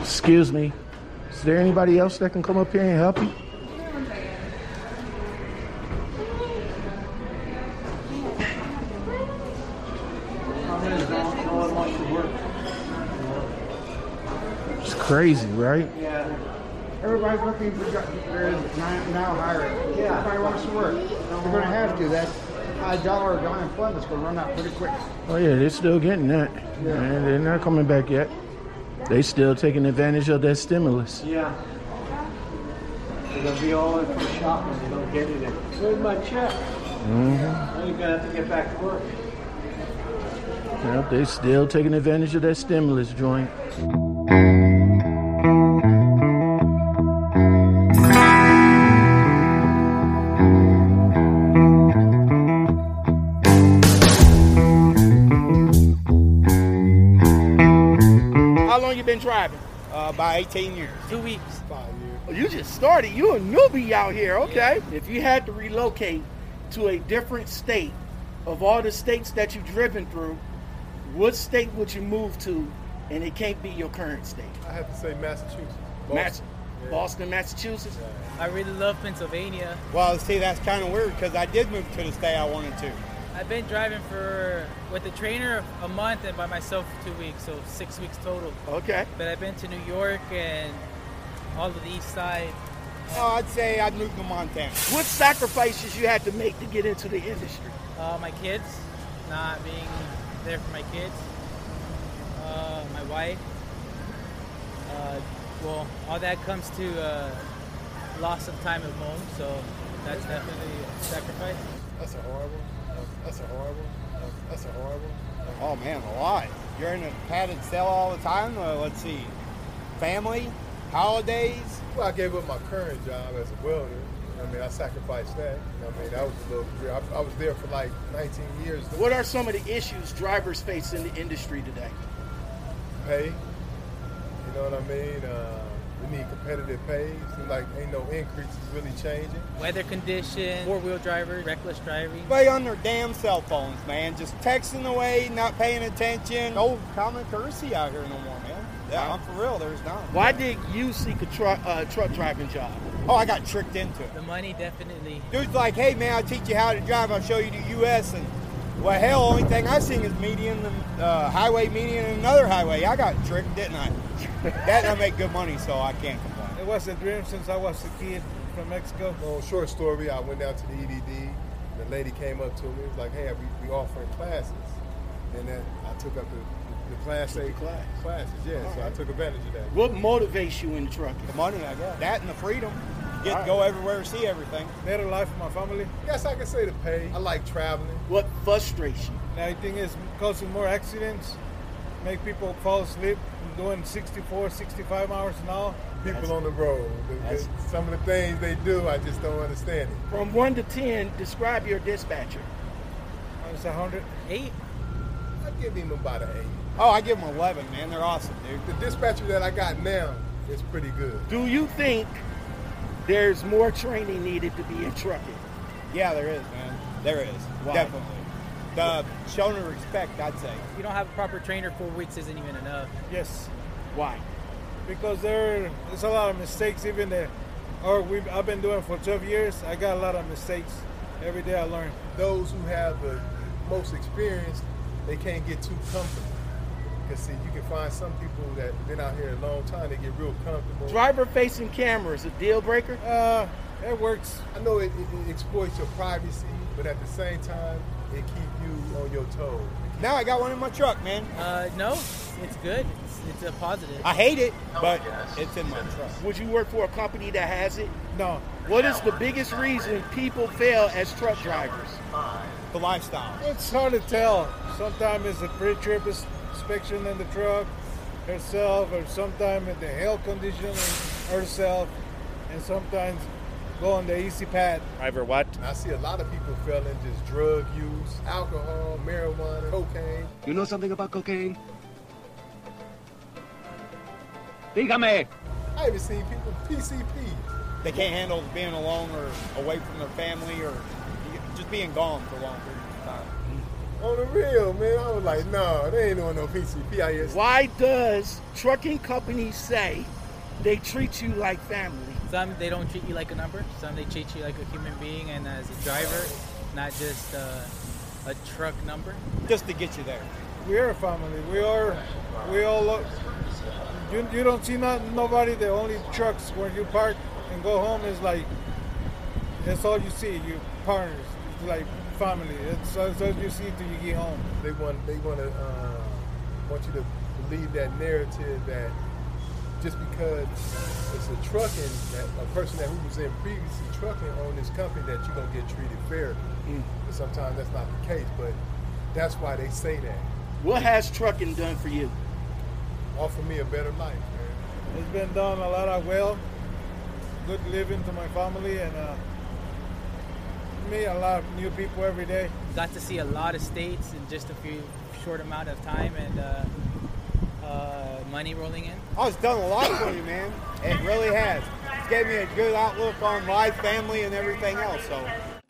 Excuse me. Is there anybody else that can come up here and help you? It's crazy, right? Everybody's looking for jo- there is now now hiring. Yeah. Everybody wants to work. They're going to have to. That high dollar of unemployment's going to run out pretty quick. Oh yeah, they're still getting that. And they're not coming back yet. They still taking advantage of that stimulus. Yeah. They're gonna be all in for shopping, they don't get it. Where's my check? Mm-hmm. Now you're gonna have to get back to work. Yep, they still taking advantage of that stimulus joint. How long you been driving? Uh, by 18 years. Two weeks. Five years. Oh, You just started. You a newbie out here, okay? If you had to relocate to a different state, of all the states that you've driven through, what state would you move to, and it can't be your current state? I have to say Massachusetts. Mass- Boston, Massachusetts. I really love Pennsylvania. Well, see, that's kind of weird because I did move to the state I wanted to. I've been driving for with a trainer a month and by myself for two weeks, so six weeks total. Okay. But I've been to New York and all of the East Side. Oh, I'd say I'd move to Montana. What sacrifices you had to make to get into the industry? Uh, my kids, not being there for my kids. Uh, my wife. Uh, well, all that comes to uh, loss of time at home, so that's definitely a sacrifice. That's a horrible. That's a horrible. That's a horrible. Oh man, a lot. You're in a padded cell all the time. Uh, let's see, family, holidays. Well, I gave up my current job as a welder. I mean, I sacrificed that. I mean, that was a little. I, I was there for like 19 years. What are some of the issues drivers face in the industry today? pay. You know what I mean? Uh, we need competitive pay. Seems like ain't no increases really changing. Weather condition, four-wheel drivers, reckless driving. Everybody on their damn cell phones, man. Just texting away, not paying attention. No common courtesy out here no more, man. Yeah, I'm for real. There's none. Why did you seek a truck uh, truck driving job? Oh, I got tricked into it. The money definitely Dude's like, hey man, I'll teach you how to drive. I'll show you the U.S. and well, hell, only thing I seen is median, uh, highway median, and another highway. I got tricked, didn't I? that I make good money, so I can't complain. It was a dream since I was a kid from Mexico. Long short story, I went down to the EDD. and The lady came up to me was like, hey, we, we offering classes. And then I took up the, the class A class, classes, yeah. So I took advantage of that. What motivates you in trucking? The money, I guess. That and the freedom. You get to go everywhere, see everything. Better life for my family. Guess I can say the pay. I like traveling. What frustrates you? Now, I think it's causing more accidents, make people fall asleep. I'm doing 64, 65 hours now. People on the road. The- the- that's- some of the things they do, I just don't understand it. From one to ten, describe your dispatcher. It's 100. eight. I give him about an eight. Oh, I give them 11, man. They're awesome, dude. The dispatcher that I got now is pretty good. Do you think there's more training needed to be in trucking? Yeah, there is, man. There is. Why? Definitely. The showing of respect, I'd say. If you don't have a proper trainer, four weeks isn't even enough. Yes, Why? because there there's a lot of mistakes. Even there, or we I've been doing for 12 years. I got a lot of mistakes. Every day I learn. Those who have the most experience, they can't get too comfortable. Because see, you can find some people that been out here a long time, they get real comfortable. Driver facing cameras a deal breaker? Uh, it works. I know it, it, it exploits your privacy, but at the same time, it keep you on your toes. Now I got one in my truck, man. Uh, no, it's good. It's, it's a positive. I hate it, but it's in my truck. Would you work for a company that has it? No, What is the biggest reason people fail as truck drivers? The lifestyle. It's hard to tell. Sometimes it's a pre-trip ins- inspection in the truck herself, or sometimes the health condition in herself, and sometimes go on the easy pad. Driver what? And I see a lot of people fell in just drug use, alcohol, marijuana, cocaine. You know something about cocaine? Dígame. I even seen people PCP. They can't handle being alone or away from their family or just being gone for a long period of time. On the real, man, I was like, nah, they ain't doing no PCP out here. Why does trucking companies say they treat you like family? Some they don't treat you like a number. Some they treat you like a human being and as a driver, not just uh, a truck number. just to get you there. We are a family. We are, we all. lo- You, you don't see not nobody. The only trucks when you park and go home is like, that's all you see. You partners, it's like family. It's, that's all you see till you get home. They want, they want to, uh, want you to believe that narrative that just because it's a trucking, that a person that who was in previously trucking owned this company, that you're gonna get treated fairly. But sometimes that's not the case. But that's why they say that. What has trucking done for you? Offer me a better life, man. It's been done a lot of well, good living to my family and uh, me a lot of new people every day. Got to see a lot of states in just a few short amount of time and uh, uh, money rolling in. Oh, it's done a lot for you, man. It really has. It's gave me a good outlook on life, family, and everything else. So